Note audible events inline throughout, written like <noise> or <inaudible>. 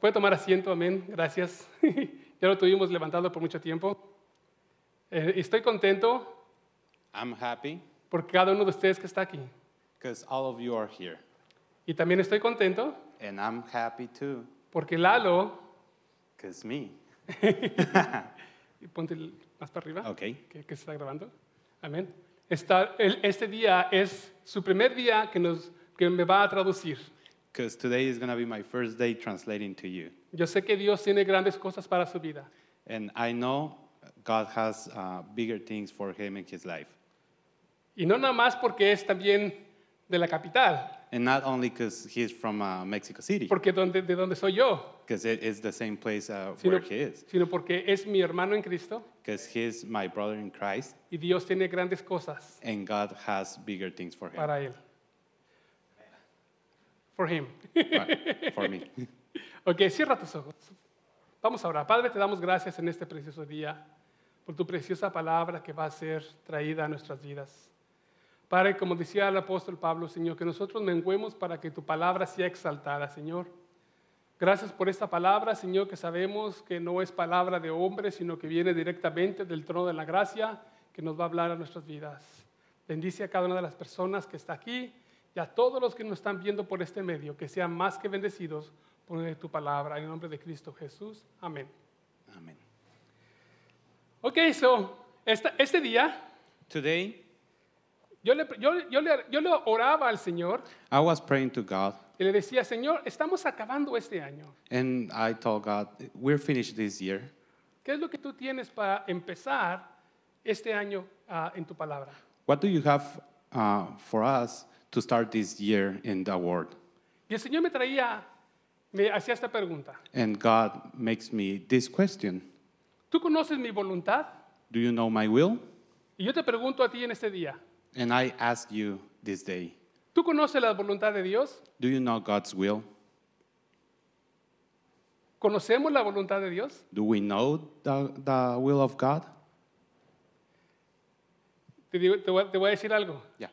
Puede tomar asiento, amén. Gracias. <laughs> ya lo tuvimos levantado por mucho tiempo. Eh, estoy contento I'm happy por cada uno de ustedes que está aquí. because all of you are here. Y también estoy contento And I'm happy too porque Lalo, because me. y ponte el- más para arriba, Okay. que, que se está grabando. Amén. Está- el- este día es su primer día que, nos, que me va a traducir. Because today is going to be my first day translating to you. Yo sé que Dios tiene grandes cosas para su vida. And I know God has uh, bigger things for him in his life. Y no nada más porque es también de la capital, And not only because he's from uh, Mexico City, porque donde, de donde soy yo, because it is the same place uh, sino, where he is, sino porque es mi hermano en Cristo because he's my brother in Christ, y Dios tiene grandes cosas and God has bigger things for him, para él. For him. Right, uh, for <laughs> me. Ok, cierra tus ojos. Vamos ahora. Padre, te damos gracias en este precioso día por tu preciosa palabra que va a ser traída a nuestras vidas. Padre, como decía el apóstol Pablo, Señor, que nosotros menguemos para que tu palabra sea exaltada, Señor. Gracias por esta palabra, Señor, que sabemos que no es palabra de hombre, sino que viene directamente del trono de la gracia que nos va a hablar a nuestras vidas. Bendice a cada una de las personas que está aquí y a todos los que nos están viendo por este medio, que sean más que bendecidos por tu palabra. En el nombre de Cristo Jesús. Amén. Amen. Ok, so, esta- este día Today, yo le, yo- yo le- yo le oraba al Señor I was praying to God, y le decía, Señor, estamos acabando este año. and I told God, We're finished this year. ¿Qué es lo que tú tienes para empezar este año ah, en tu palabra? What do you have uh, for us to start this year in the Word? Y el Señor me traía, me hacía esta pregunta. And God makes me this question ¿Tú conoces mi voluntad? Do you know my will? Y yo te pregunto a ti en este día. And I ask you this day ¿Tú conoces la voluntad de Dios? Do you know God's will? ¿Conocemos la voluntad de Dios? Do we know the, the will of God? Te, digo- te voy, a- te voy a decir algo. Yeah.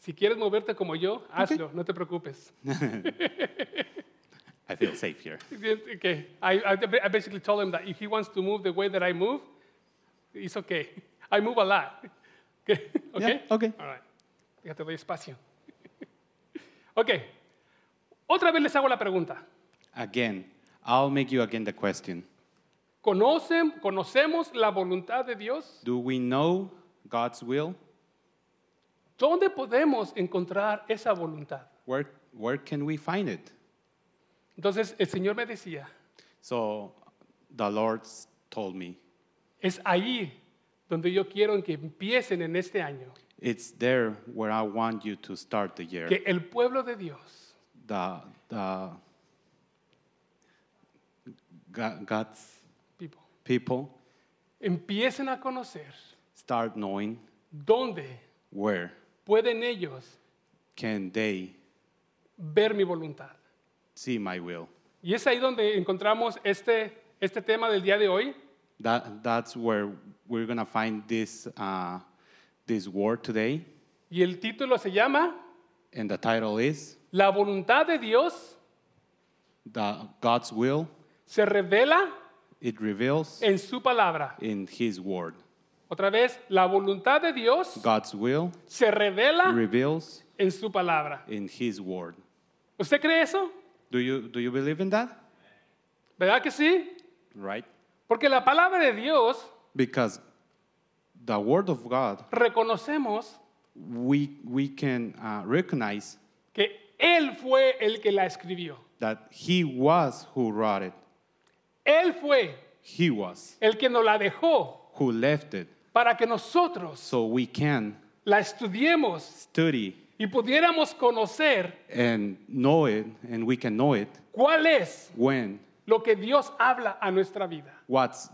Si quieres moverte como yo, hazlo, no te preocupes. <laughs> I feel safe here. Okay. I, I ba- I basically told him that if he wants to move the way that I move, it's okay. I move a lot. <laughs> Okay? Okay? okay. All right. Ya te doy espacio. <laughs> Ok. Otra vez les hago la pregunta. Again, I'll make you again the question ¿Conocen, ¿Conocemos la voluntad de Dios? Do we know God's will? ¿Dónde podemos encontrar esa voluntad? Where, where can we find it? Entonces el Señor me decía, So the Lord told me, es ahí donde yo quiero en que empiecen en este año, It's there where I want you to start the year. que el pueblo de Dios The, the Ga- God's people, people empiecen a conocer start knowing dónde where pueden ellos can they ver mi voluntad. see my will. Y es ahí donde encontramos este, este tema del día de hoy, That, that's where we're gonna find this uh, this word today, y el título se llama and the title is La voluntad de Dios the God's will. se revela It reveals en su palabra. in His word. Otra vez, la voluntad de Dios God's will se revela reveals en su palabra. in His word. ¿Usted cree eso? Do you do you believe in that? ¿Verdad que sí? Right. Porque la palabra de Dios Because the word of God, reconocemos we we can uh, recognize que Él fue el que la escribió. that He was who wrote it. Él fue He was el que nos la dejó who left it, para que nosotros so we can la estudiemos study y pudiéramos conocer and know it, and we can know it cuál es when lo que Dios habla a nuestra vida. what's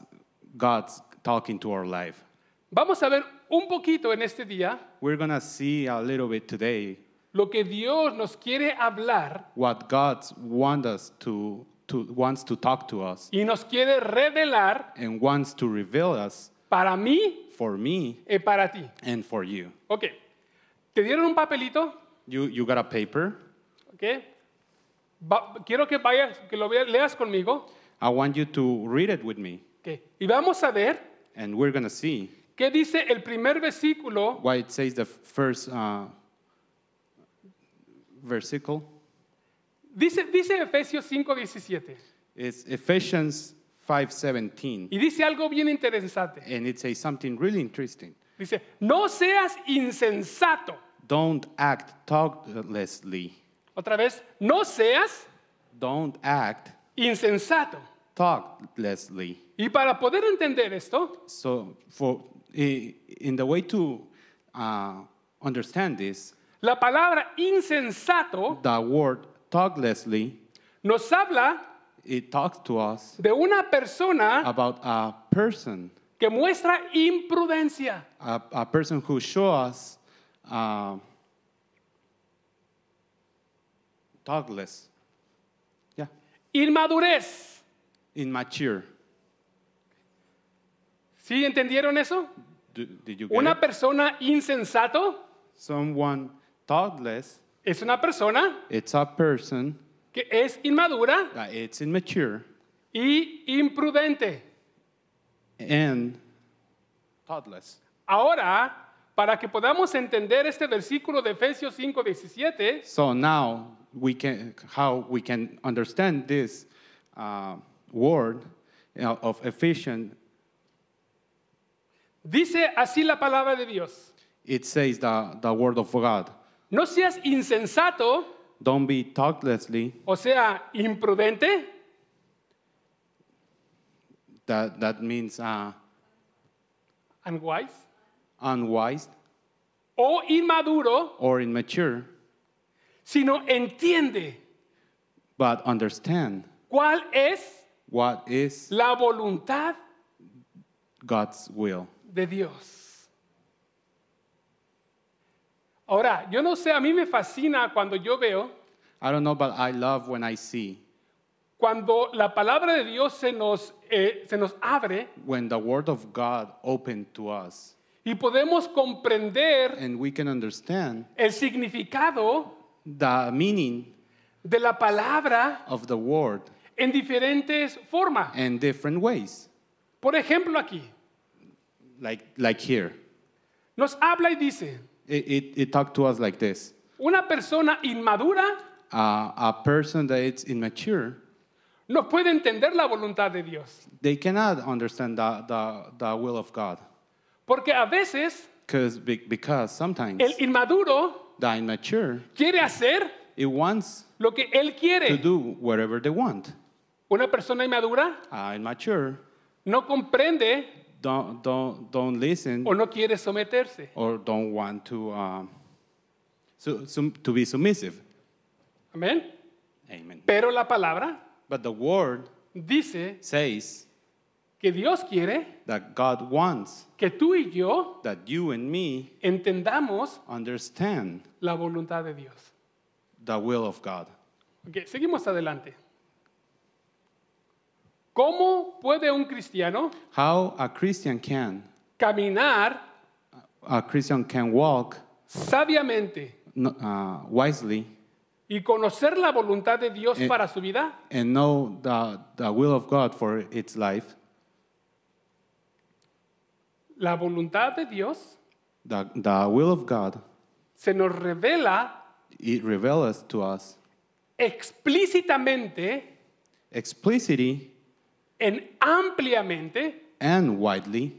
God's talking to our life. Vamos a ver un poquito en este día We're gonna see a little bit today lo que Dios nos quiere hablar what God wants us to, to wants to talk to us y nos quiere revelar and wants to reveal us para mí for me y para ti. and for you. Ok, te dieron un papelito, You you got a paper ok, Va- quiero que vayas, que lo vea- leas conmigo I want you to read it with me, ok, y vamos a ver and we're going to see qué dice el primer versículo why it says the first uh, versicle. Dice, dice Efesios 5:17 It's Ephesians 5:17, y dice algo bien interesante. and it says something really interesting. Dice, no seas insensato. Don't act thoughtlessly. Otra vez, no seas Don't act insensato. thoughtlessly. Y para poder entender esto, So, for i- in the way to uh, understand this, la palabra insensato the word thoughtlessly nos habla it talks to us de una persona about a person, que muestra imprudencia. a, a person who shows us uh, thoughtless, yeah, Inmadurez. immature. ¿Sí entendieron eso? Do, did you get Una it? persona insensato someone thoughtless? es una persona It's a person que es inmadura that it's immature y imprudente. and thoughtless. Ahora, para que podamos entender este versículo de Efesios 5, 17, So now we can how we can understand this uh, word you know, of Ephesians. dice así la palabra de Dios. It says the, the word of God. No seas insensato, Don't be thoughtlessly. o sea, imprudente, That that means uh, unwise, unwise o inmaduro, or immature, sino entiende but understand cuál es what is la voluntad God's will. de Dios. Ahora, yo no sé, a mí me fascina cuando yo veo, I don't know, but I love when I see cuando la palabra de Dios se nos, eh, se nos abre when the word of God open to us y podemos comprender and we can understand el significado the meaning de la palabra of the word en diferentes formas. in different ways. Por ejemplo, aquí like like here. nos habla y dice, It, it, it talked to us like this: una persona inmadura uh, a person that is immature, no puede entender la voluntad de Dios, they cannot understand the the, the will of God, porque a veces because because sometimes el inmaduro the immature quiere hacer it wants lo que él to quiere. do whatever they want. Una persona inmadura Uh, immature no comprende don't don't don't listen o no quiere someterse. or don't want to um, su, sum- to be submissive. Amén. Amen. Pero la palabra But the word dice says que Dios quiere that God wants que tú y yo that you and me entendamos understand la voluntad de Dios. the will of God. Ok, seguimos adelante. ¿Cómo puede un cristiano How a Christian can caminar a Christian can walk sabiamente n- uh, wisely y conocer la voluntad de Dios Eh. para su vida? and know the, the will of God for its life, La voluntad de Dios the, the will of God, se nos revela it reveals to us explícitamente, explicitly en ampliamente, and widely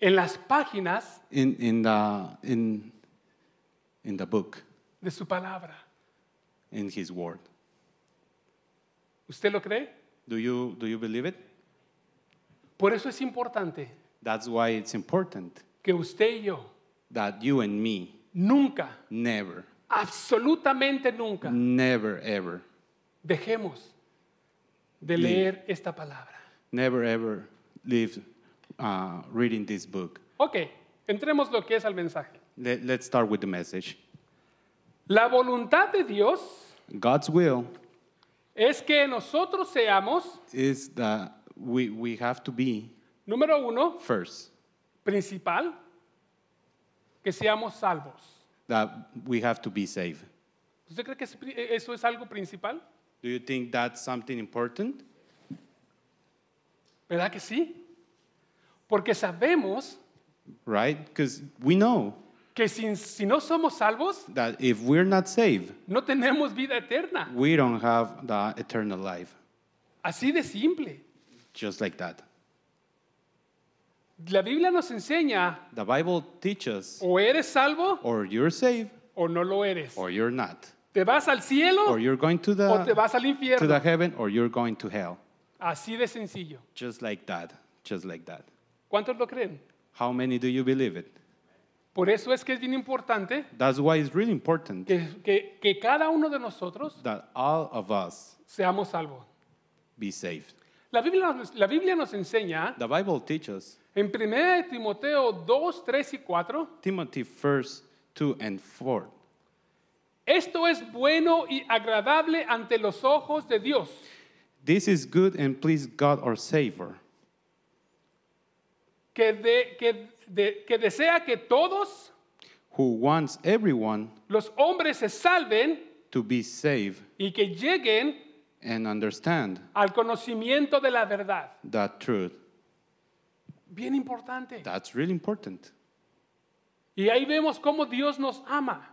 en las páginas in, in, the, in, in the book, de su palabra. in His Word. ¿Usted lo cree? Do you, do you believe it? Por eso es importante That's why it's important que usted y yo that you and me nunca, never, absolutamente nunca, never, ever, dejemos de Leave. leer esta palabra. never, ever leave uh, reading this book. Ok, entremos lo que es al mensaje. Let, let's start with the message. La voluntad de Dios God's will es que nosotros seamos, is that we, we have to be número uno, first, principal, que seamos salvos. that we have to be saved. ¿Usted cree que es pri- eso es eh, algo principal? Do you think that's something important? ¿Verdad que sí? Porque sabemos Right? Because we know que si, si no somos salvos, that if we're not saved, no tenemos vida eterna. we don't have the eternal life. Así de simple. Just like that. La Biblia nos enseña, The Bible teaches o eres salvo or you're saved o no lo eres. or you're not. Te vas al cielo Or you're going to o te the, vas al to the infierno. heaven or you're going to hell. Así de sencillo. Just like that. Just like that. ¿Cuántos lo creen? How many do you believe it? Por eso es que es bien importante That's why it's really important que, que- que cada uno de nosotros that all of us seamos salvos. be saved. La Biblia, nos- la Biblia nos enseña The Bible teaches en 1 de Timoteo 2, 3 y 4, Timothy 1st 2 and 4. esto es bueno y agradable ante los ojos de Dios, This is good and please God our Savior, que, de- que de- que desea que todos who wants everyone los hombres se salven to be saved y que lleguen and understand al conocimiento de la verdad. that truth. Bien importante. That's really important. Y ahí vemos cómo Dios nos ama,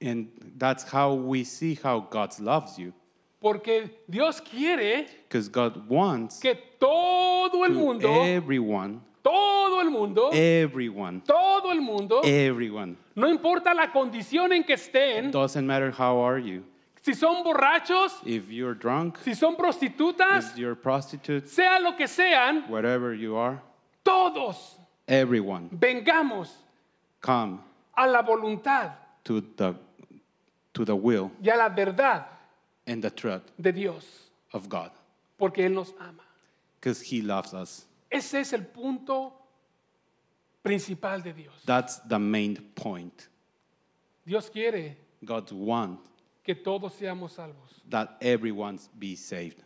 And that's how we see how God loves you. porque Dios quiere Because God wants que todo el to mundo, everyone, todo el mundo, eh, everyone, todo el mundo, eh, everyone. no importa la condición en que estén, Doesn't matter how are you. si son borrachos, If you're drunk, si son prostitutas, if you're a prostitute, sea lo que sean, whatever you are, todos everyone vengamos come a la voluntad to the to the will y a la verdad and the truth de Dios, of God porque Él nos ama. because he loves us. Ese es el punto principal de Dios. That's the main point. Dios quiere God wants que todos seamos salvos. that everyone be saved.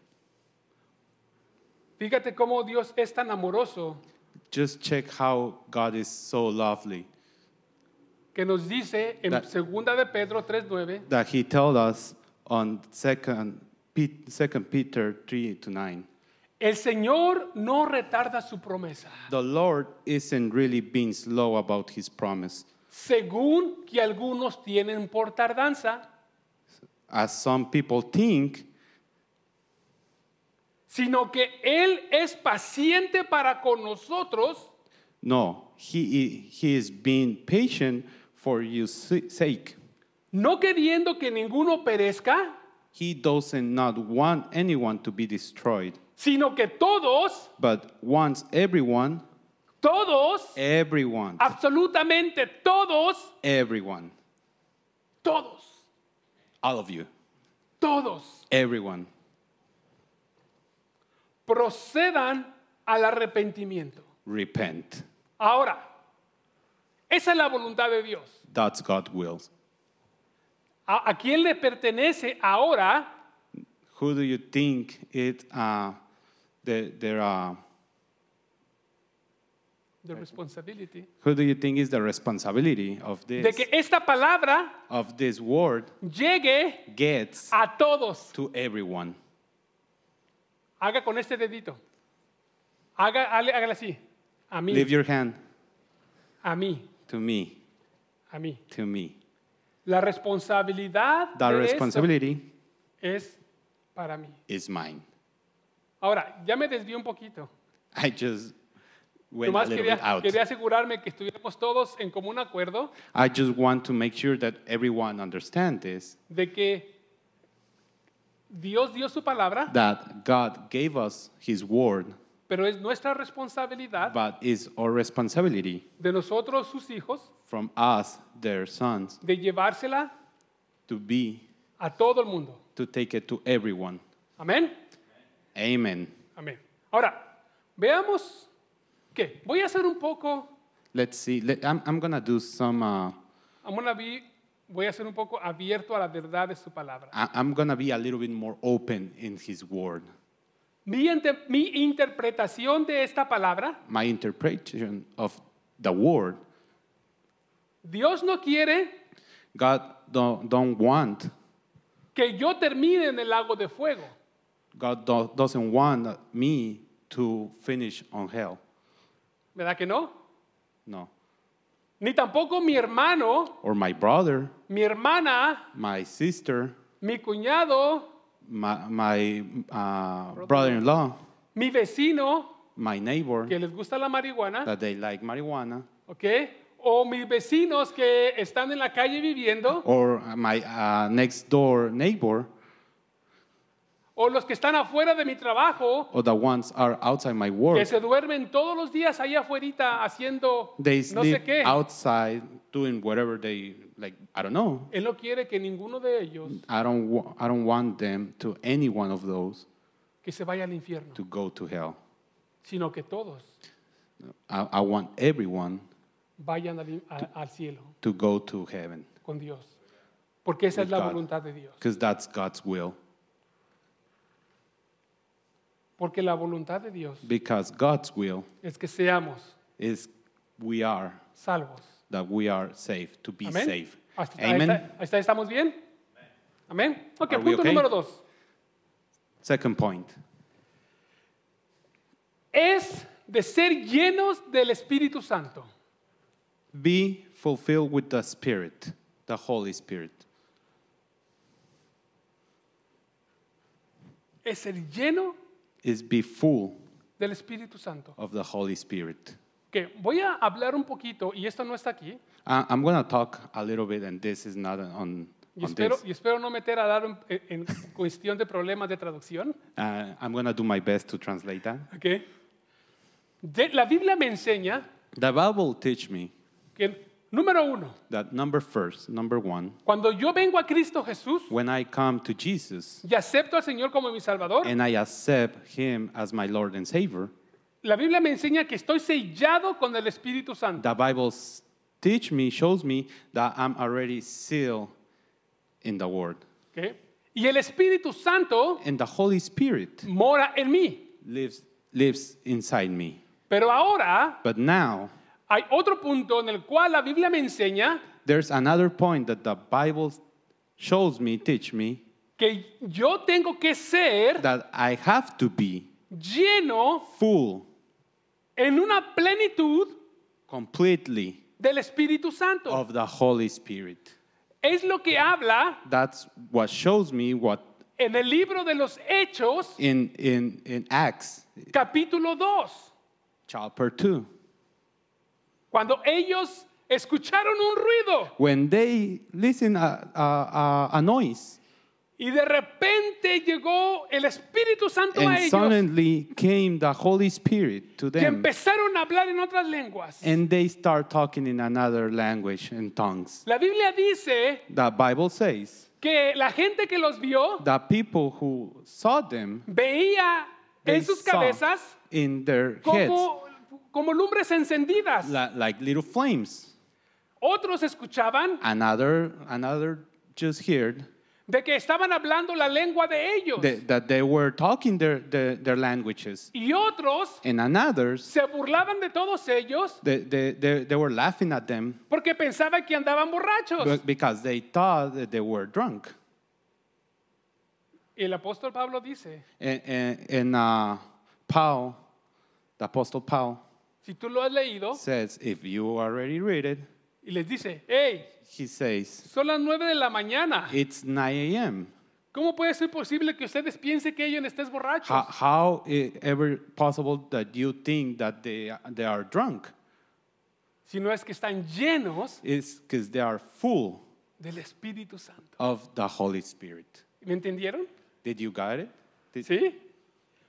Fíjate cómo Dios es tan amoroso Just check how God is so lovely que nos dice en That- 2 de Pedro 3:9, that he told us on second Pe- second Peter 3 to 9. el Señor no retarda su promesa, The Lord isn't really being slow about his promise, según que algunos tienen por tardanza, as some people think, sino que Él es paciente para con nosotros, No, he, he is being patient for your sa- sake. no queriendo que ninguno perezca, He doesn't not want anyone to be destroyed, sino que todos, but wants everyone, todos, everyone, absolutamente todos, everyone, todos, all of you, todos, everyone, procedan al arrepentimiento. repent. Ahora, esa es la voluntad de Dios. That's God's will. ¿A, a quién le pertenece ahora Who do you think it? Uh, the, there are. the responsibility Who do you think is the responsibility of de this que esta palabra of this word llegue gets a todos? to everyone? Haga con este dedito. Haga, hale- hágale así. A mí, Leave your hand a mí, to me, a mí. to me. La responsabilidad That de esto responsibility es para mí. is mine. <laughs> Ahora, ya me desvié un poquito. I just went a Nomás little bit quería, out. quería asegurarme que estuviéramos todos en común acuerdo I just want to make sure that everyone understands this de que Dios dio su palabra, that God gave us His word, pero es nuestra responsabilidad but it's our responsibility de nosotros, sus hijos, from us, their sons, de llevársela to be, a todo el mundo. to take it to everyone. Amén. Amen. Amén. Ahora, veamos que voy a hacer un poco, Let's see. Let, I'm, I'm going to do some, uh, I'm gonna be- voy a ser un poco abierto a la verdad de su palabra. I, I'm going to be a little bit more open in His word. Mi, ente- mi interpretación de esta palabra, My interpretation of the word, Dios no quiere God don't, don't want que yo termine en el lago de fuego. God do- doesn't want me to finish on hell. ¿Verdad que no? No. Ni tampoco mi hermano, Or my brother, mi hermana, my sister, mi cuñado, my, my uh, brother in law, mi vecino, my neighbor, que les gusta la marihuana, that they like marijuana, ¿ok? O mis vecinos que están en la calle viviendo, or my uh, next door neighbor, o los que están afuera de mi trabajo, or the ones are outside my que work. se duermen todos los días allá afuera haciendo They no sé sleep qué. outside doing whatever they like. I don't know. Él no quiere que ninguno de ellos I don't. Wa- I don't want them to any one of those que se vaya al infierno, to go to hell. sino que todos I, I want everyone vayan al, a- al cielo to go to heaven con Dios, porque esa es With la God. voluntad de Dios. because that's God's will. Porque la voluntad de Dios Because God's will es que seamos is we are salvos. that we are saved to be Amén. saved. Hasta- ahí Amen. está- ahí está, ¿Estamos bien? Amén. Ok, Are we punto okay? número dos. Second point. Es de ser llenos del Espíritu Santo. Be fulfilled with the Spirit, the Holy Spirit. Es ser lleno Is be full del Espíritu Santo. of the Holy Spirit. Ok, voy a hablar un poquito, y esto no está aquí, I, I'm gonna talk a little bit, and this is not on, y on espero, this. y espero no meter a dar en, en cuestión de problemas de traducción. Uh, I'm gonna do my best to translate that. Ok. De- la Biblia me enseña The Bible teach me que, número uno, that number first, number one, cuando yo vengo a Cristo Jesús when I come to Jesus y acepto al Señor como mi Salvador, and I accept Him as my Lord and Savior, la Biblia me enseña que estoy sellado con el Espíritu Santo. the Bible s- teach me, shows me that I'm already sealed in the Word. ok. Y el Espíritu Santo And the Holy Spirit mora en mí. lives, lives inside me. Pero ahora But now, hay otro punto en el cual la Biblia me enseña there's another point that the Bible shows me, teach me, que yo tengo que ser that I have to be lleno full, en una plenitud completely del Espíritu Santo. of the Holy Spirit. Es lo que habla That's what shows me what en el libro de los Hechos, in, in, in Acts capítulo 2, chapter 2. cuando ellos escucharon un ruido When they listen a, a, a, a noise, y de repente llegó el Espíritu Santo a and ellos suddenly came the Holy Spirit to y them, empezaron a hablar en otras lenguas. and they start talking in another language and tongues. La Biblia dice The Bible says que la gente que los vio that people who saw them veía they en sus saw cabezas in their heads como, como lumbres encendidas. li- like little flames. Otros escuchaban Another, another just heard de que estaban hablando la lengua de ellos that, that they were talking their, their, their languages, y otros and another's se burlaban de todos ellos they, they, they, they were laughing at them porque pensaban que andaban borrachos. be- because they thought that they were drunk. Y el apóstol Pablo dice, And, and, and uh, Paul, the Apostle Paul, si tú lo has leído, says, if you already read it, y les dice, hey, he says, son las 9 de la mañana. it's 9 a.m. ¿Cómo puede ser posible que ustedes piensen que ellos estén borrachos? How, how i- ever possible that you think that they, they are drunk? Si no es que están llenos It's because they are full del Espíritu Santo. of the Holy Spirit. ¿Me entendieron? Did you got it? Did- ¿Sí?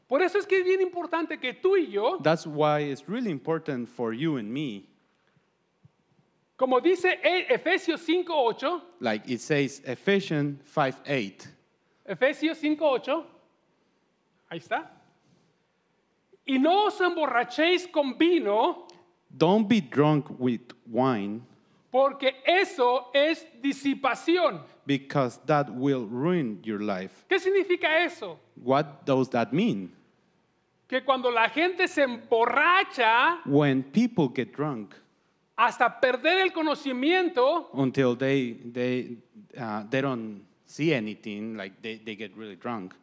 Por eso es que es bien importante que tú y yo, That's why it's really important for you and me. como dice E- Efesios 5.8, Like it says, Ephesians 5 8. Efesios 5.8, ahí está, y no os emborrachéis con vino, Don't be drunk with wine porque eso es disipación. because that will ruin your life. ¿Qué significa eso? What does that mean? Que cuando la gente se emborracha When people get drunk hasta perder el conocimiento, until they, they, uh, they don't see anything, like they, they get really drunk.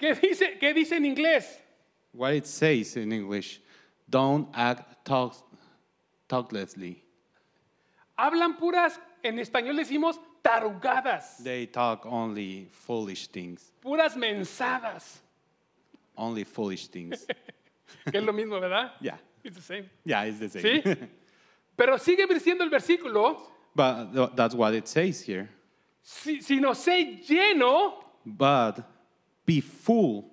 ¿Qué dice, ¿Qué dice en inglés? What it says in English, don't act talk, thoughtlessly. Hablan puras, en español decimos tarugadas, They talk only foolish things, puras mensadas, only foolish things. que es lo mismo, ¿verdad? yeah, It's the same. yeah, it's the same. ¿Sí? Pero sigue diciendo el versículo, <laughs> but th- that's what it says here. si, sino sé lleno But be full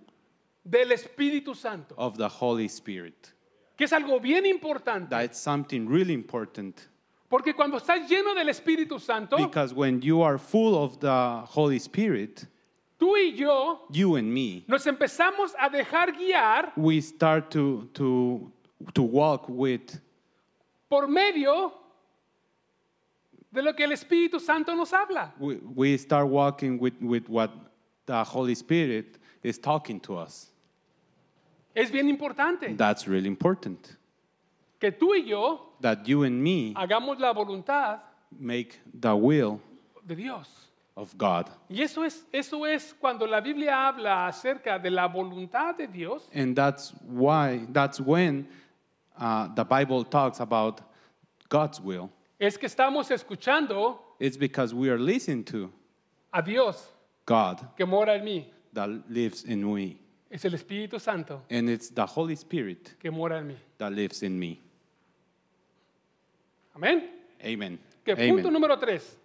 del Espíritu Santo, of the Holy Spirit. que es algo bien importante, That's something really important porque cuando estás lleno del Espíritu Santo, because when you are full of the Holy Spirit, tú y yo you and me, nos empezamos a dejar guiar we start to to to walk with por medio de lo que el Espíritu Santo nos habla. we, we start walking with with what the Holy Spirit is talking to us. Es bien importante That's really important. que tú y yo That you and me hagamos la voluntad make the will de Dios. of God. Y eso es, eso es cuando la Biblia habla acerca de la voluntad de Dios, And that's why, that's when uh, the Bible talks about God's will. es que estamos escuchando It's because we are listening to a Dios God que mora en mí. that lives in me. Es el Espíritu Santo And it's the Holy Spirit que mora en mí. that lives in me. Amén. Amen. Que punto Amen. número tres.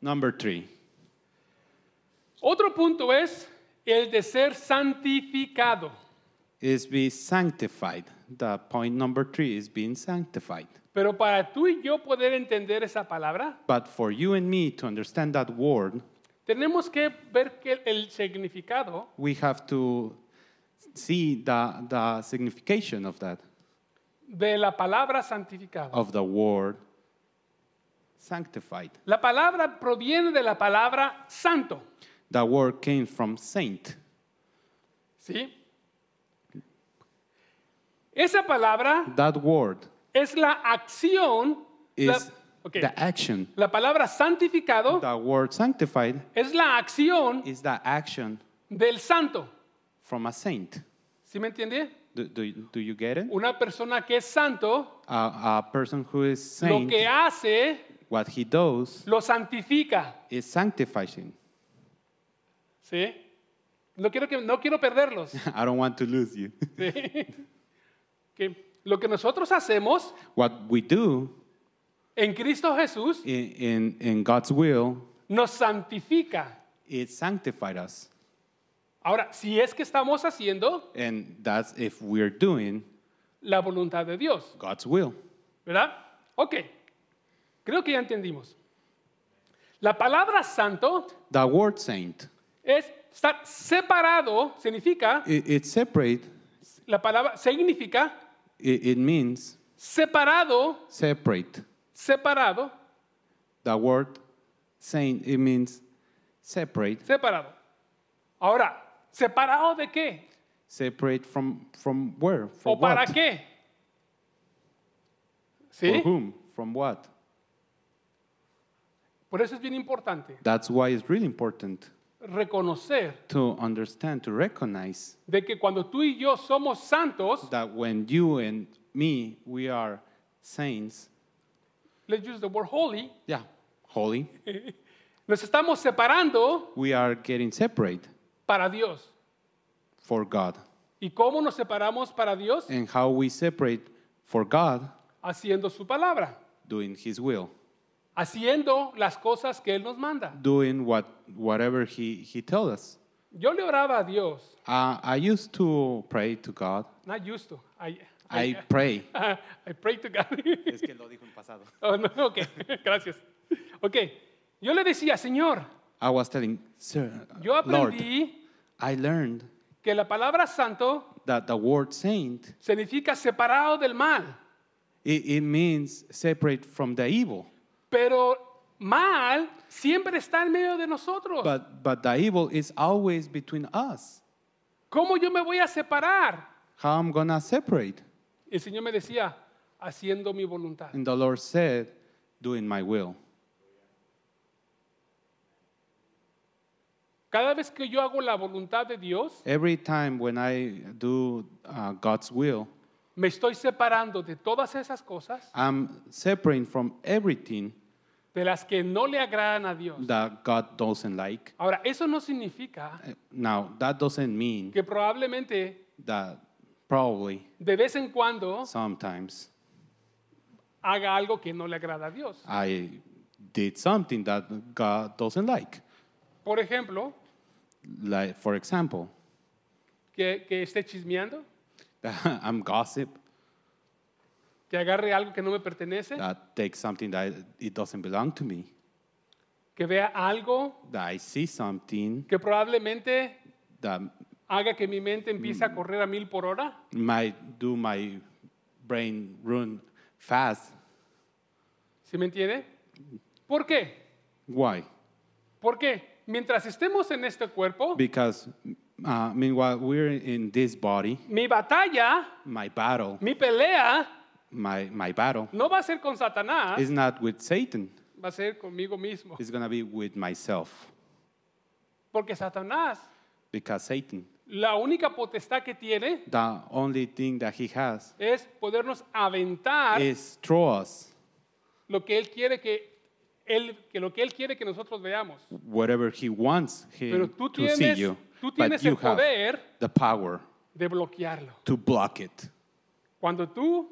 Number three. Otro punto es el de ser santificado. is be sanctified. The point number three is being sanctified. Pero para tú y yo poder entender esa palabra, But for you and me to understand that word, tenemos que ver que el significado we have to see the, the signification of that, de la palabra santificado. of the word sanctified. La palabra proviene de la palabra santo, The word came from saint. ¿sí? Esa palabra That word es la acción, is la, ok. the action. La palabra santificado The word sanctified es la acción is the action del santo, from a saint. ¿sí me entiende? Do, do, do you get it? Una persona que es santo, A, a person who is lo saint, que hace what he does lo santifica. is sanctifying. ¿Sí? No quiero, que, no quiero perderlos. <laughs> I don't want to lose you. <laughs> Que lo que nosotros hacemos what we do en Cristo Jesús in, in, in God's will, nos santifica. it sanctified us. Ahora, si es que estamos haciendo And that's if we're doing la voluntad de Dios, God's will. ¿verdad? Ok, creo que ya entendimos. La palabra santo The word saint, es estar separado, significa, it, it separate, la palabra significa it, it means separado, separate. separado, The word saint, it means separate. separado. Ahora, ¿separado de qué? Separate from, from where? From ¿O para what? qué? For ¿Sí? whom? From what? Por eso es bien importante That's why it's really important reconocer to understand, to recognize de que cuando tú y yo somos santos, that when you and me we are saints let's use the word holy, yeah holy nos estamos separando we are getting separate para Dios. for god ¿Y cómo nos separamos para Dios? and how we separate for god Haciendo su palabra, doing his will haciendo las cosas que Él nos manda. doing what whatever he he tells us Yo le oraba a Dios, uh, i used to pray to god not used to, I, i I, pray <laughs> I pray to God. <laughs> Oh, no, ok, <laughs> gracias. Ok, yo le decía, Señor, i was telling sir yo lord aprendí i learned que la palabra santo that the word saint significa separado del mal, it, it means separate from the evil pero mal siempre está en medio de nosotros. but but the evil is always between us ¿Cómo yo me voy a separar? how I'm gonna separate. El Señor me decía, haciendo mi voluntad. And the Lord said, Doing my will. Cada vez que yo hago la voluntad de Dios, Every time when I do uh, God's will, me estoy separando de todas esas cosas I'm separating from everything de las que no le agradan a Dios. that God doesn't like. Ahora, eso no significa Now, that doesn't mean que probablemente that probably de vez en cuando sometimes haga algo que no le agrada a Dios. I did something that God doesn't like. Por ejemplo, Like, for example, <laughs> que, que esté chismeando, that I'm gossip, que agarre algo que no me pertenece, that takes something that it doesn't belong to me, que vea algo that I see something que probablemente that haga que mi mente empiece a correr a mil por hora. might do my brain run fast. ¿Sí me entiende? ¿Por qué? Why? ¿Por qué? Mientras estemos en este cuerpo, Because uh, meanwhile we're in this body, mi batalla, my battle, mi pelea, my, my battle no va a ser con Satanás, is not with Satan. va a ser conmigo mismo. It's gonna be with myself. Porque Satanás, Because Satan, la única potestad que tiene the only thing that he has es podernos aventar is throw us lo que él quiere que él que lo que él quiere que nosotros veamos. whatever he wants Pero him tú to see tienes, you. tú Eh, But tienes you el have poder the power de bloquearlo. to block it. Cuando tú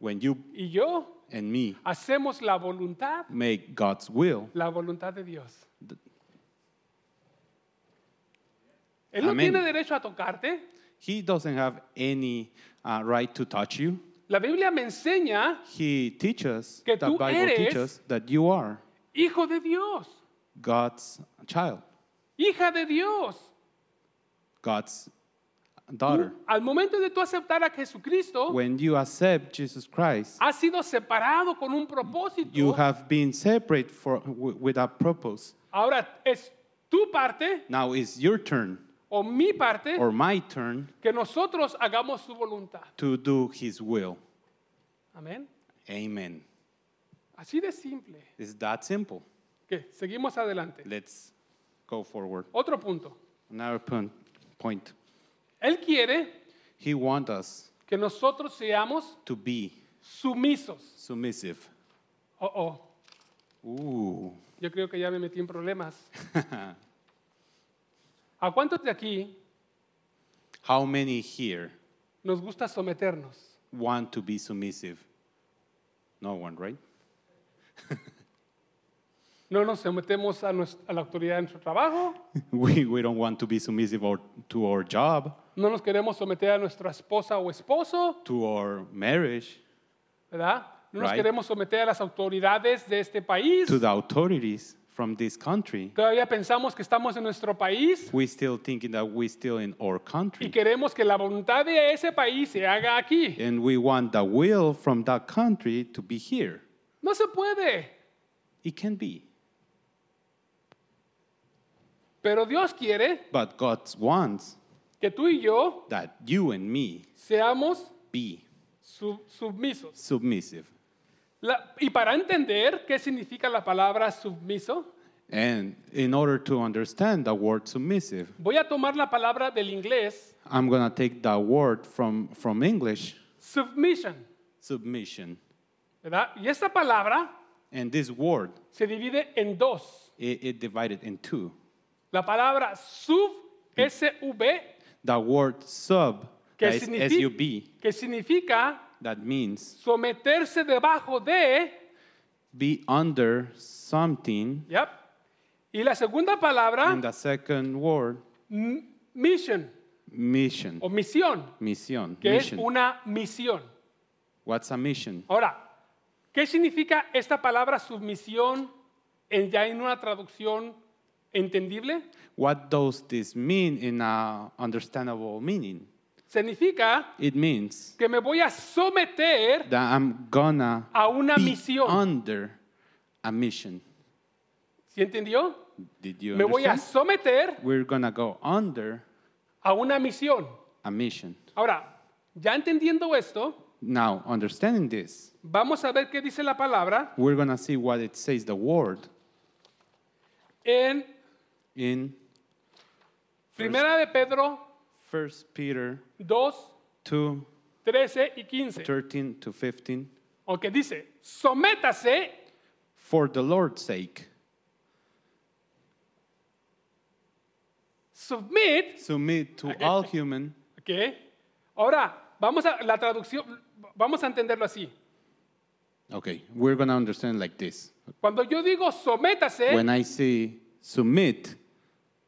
When you y yo and me hacemos la voluntad, make God's will, la voluntad de Dios. Él no Amén. tiene derecho a tocarte. he doesn't have any uh, right to touch you. La Biblia me enseña, He teaches, Que the tú Bible eres- teaches that you are hijo de Dios, God's child, hija de Dios. God's Tú, daughter. al momento de tú aceptar a Jesucristo, When you accept Jesus Christ, has sido separado con un propósito. you have been separate for, wi- with a purpose. Ahora es tu parte Now it's your turn o mi parte or my turn que nosotros hagamos su voluntad. to do His will. Amén. Amen. Así de simple. It's that simple. Que seguimos adelante. Let's go forward. Otro punto. Another pun- point. Él quiere He wants us que nosotros seamos to be sumisos. submissive. Oh, oh. Ooh. Yo creo que ya me metí en problemas. ¿A cuántos de aquí <laughs> How many here nos gusta someternos? want to be submissive? No one, right? <laughs> No nos sometemos a, nues- a la autoridad de nuestro trabajo, we, we don't want to be submissive or, to our job, no nos queremos someter a nuestra esposa o esposo, to our marriage, ¿verdad? No nos Right. queremos someter a las autoridades de este país. to the authorities from this country. Todavía pensamos que estamos en nuestro país We still thinking that we still in our y country. queremos que la voluntad de ese país se haga aquí. And we want the will from that country to be here. No se puede, It can be. pero Dios quiere But God wants que tú y yo that you and me seamos be su- submisos. submissive. La- y para entender qué significa la palabra submiso, And in order to understand the word submissive, voy a tomar la palabra del inglés I'm going to take the word from, from English, submission, submission. ¿verdad? Y esta palabra And this word, se divide en dos. it, it divided in two. La palabra sub, S-V, The word sub, que that is signifi- S-U-B, que significa that means someterse debajo de be under something. Yep. Y la segunda palabra, And the second word, m- mission mission. o misión, Mission. que es Mission. una misión. What's a mission? Ahora, ¿qué significa esta palabra submisión en, ya en una traducción entendible? What does this mean in a understandable meaning? Significa It means que me voy a someter that I'm gonna a una be misión. under a mission. ¿Sí entendió? Did you Me voy a understand? someter We're gonna go under a una misión. a mission. Ahora, ya entendiendo esto, Now, understanding this, vamos a ver qué dice la palabra we're gonna see what it says the word en in Primera de Pedro 1 Peter 2, 2 13 y 15. 13 to 15. Aunque dice, sométase For the Lord's sake, submit. submit to all human. ¿Ok? Ahora, vamos a la traducción, vamos a entenderlo así. Okay, we're going to understand like this. Cuando yo digo sométase, When I say submit,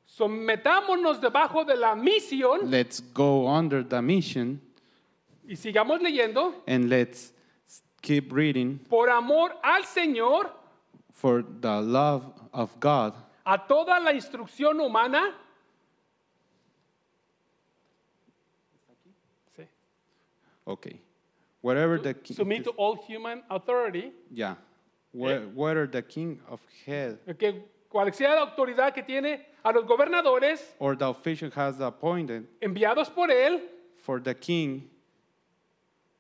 sometámonos debajo de la misión let's go under the mission y sigamos leyendo, and let's keep reading por amor al Señor, for the love of God a toda la instrucción humana. Sí. Okay. Whatever the king, Submit to all human authority. yeah, where, whether the king of head que cualquier autoridad que tiene a los gobernadores or the official has appointed enviados por él. for the king,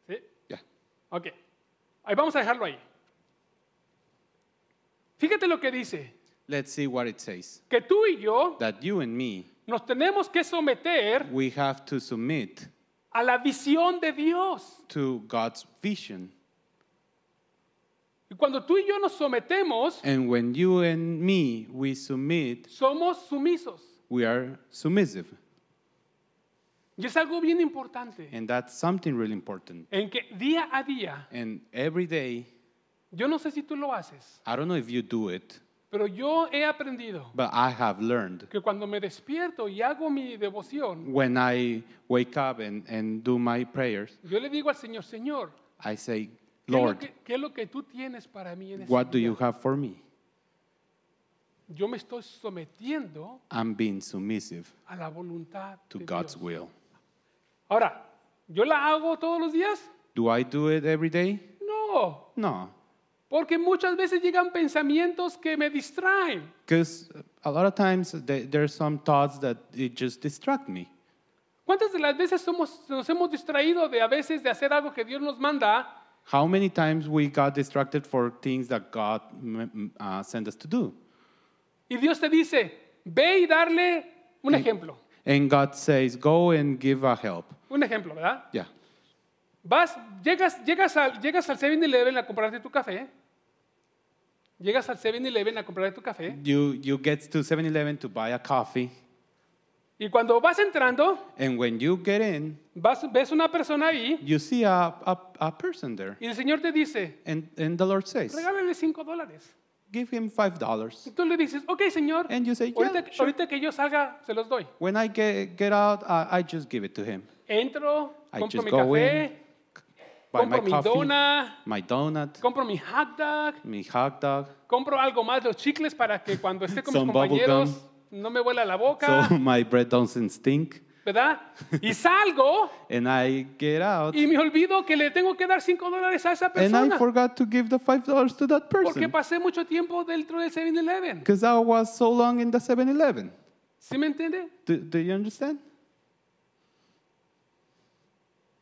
¿sí? yeah, Ok, ahí vamos a dejarlo ahí. Fíjate lo que dice, let's see what it says. que tú y yo That you and me, nos tenemos que someter we have to submit a la visión de Dios. to God's vision. Y cuando tú y yo nos sometemos, And when you and me, we submit, somos sumisos. we are submissive. Y es algo bien importante, And that's something really important. en que día a día, And every day, yo no sé si tú lo haces, I don't know if you do it, pero yo he aprendido but I have learned que cuando me despierto y hago mi devoción, when I wake up and, and do my prayers, Yo le digo al Señor, Señor, I say, ¿qué es, lo Lord, que, qué es lo que tú tienes para mí en este what do día? you have for me? Yo me estoy sometiendo I'm being submissive a la voluntad to de God's Dios. will. Ahora, ¿yo la hago todos los días? Do I do it every day? No, No. porque muchas veces llegan pensamientos que me distraen. Because a lot of times th- there are some thoughts that it just distract me. ¿Cuántas de las veces somos, nos hemos distraído de a veces de hacer algo que Dios nos manda How many times we got distracted for things that God mm, mm, uh, sent us to do? y Dios te dice, ve y darle un ejemplo, And God says, go and give a help. un ejemplo, ¿verdad? Yeah. Vas, llegas, llegas al, llegas al 7-Eleven a comprarte tu café. Llegas al 7-Eleven a comprarte tu café. You, you get to 7-Eleven to buy a coffee. Y cuando vas entrando, And when you get in, vas, ves una persona ahí you see a, a, a person there. y el Señor te dice, And, and the Lord says, regálale 5 dólares. give him $5. Y tú le dices, ok, Señor, And you say, ahorita, yeah, sure. ahorita que yo salga, se los doy. When I get, get out, I, I just give it to him. Entro, I compro just mi go café, in, Buy my compro mi coffee, dona, my donut, compro mi hot dog, my hot dog, compro algo más, los chicles para que cuando esté con mis Some bubble compañeros no me vuela la boca, so <laughs> my bread doesn't stink. ¿verdad? Y salgo And I get out, y me olvido que le tengo que dar 5 dólares a esa and I persona forgot to give the $5 to that porque person. pasé mucho tiempo dentro del 7-Eleven. Because I was so long in the 7-Eleven. ¿Sí me entiende? Do, do you understand?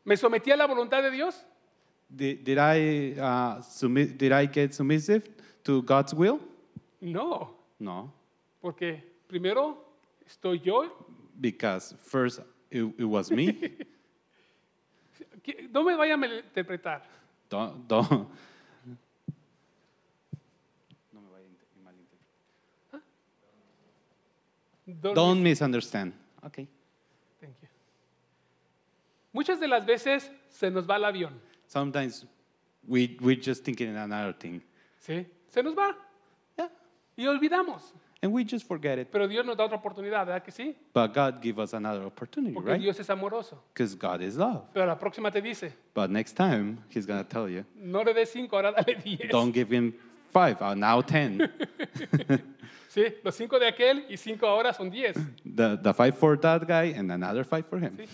¿Me sometí a la voluntad de Dios? Did, did I uh, submit? Did I get submissive to God's will? No, No, porque primero estoy yo. because first it, it was me. <laughs> que- No me vaya a malinterpretar. don't don't. Don't- Don't misunderstand. Okay. Thank you. Muchas de las veces se nos va el avión, Sometimes we we just thinking another thing. ¿sí? Se nos va Yeah. y olvidamos. And we just forget it. Pero Dios nos da otra oportunidad, ¿verdad que sí? But God give us another opportunity, Porque right? Dios es amoroso. Because God is love. Pero la próxima te dice, But next time He's gonna tell you, no le des cinco, ahora dale diez. don't give him five. Uh, now ten. <laughs> Sí, los cinco de aquel y cinco ahora son diez. the the five for that guy and another five for him. ¿sí?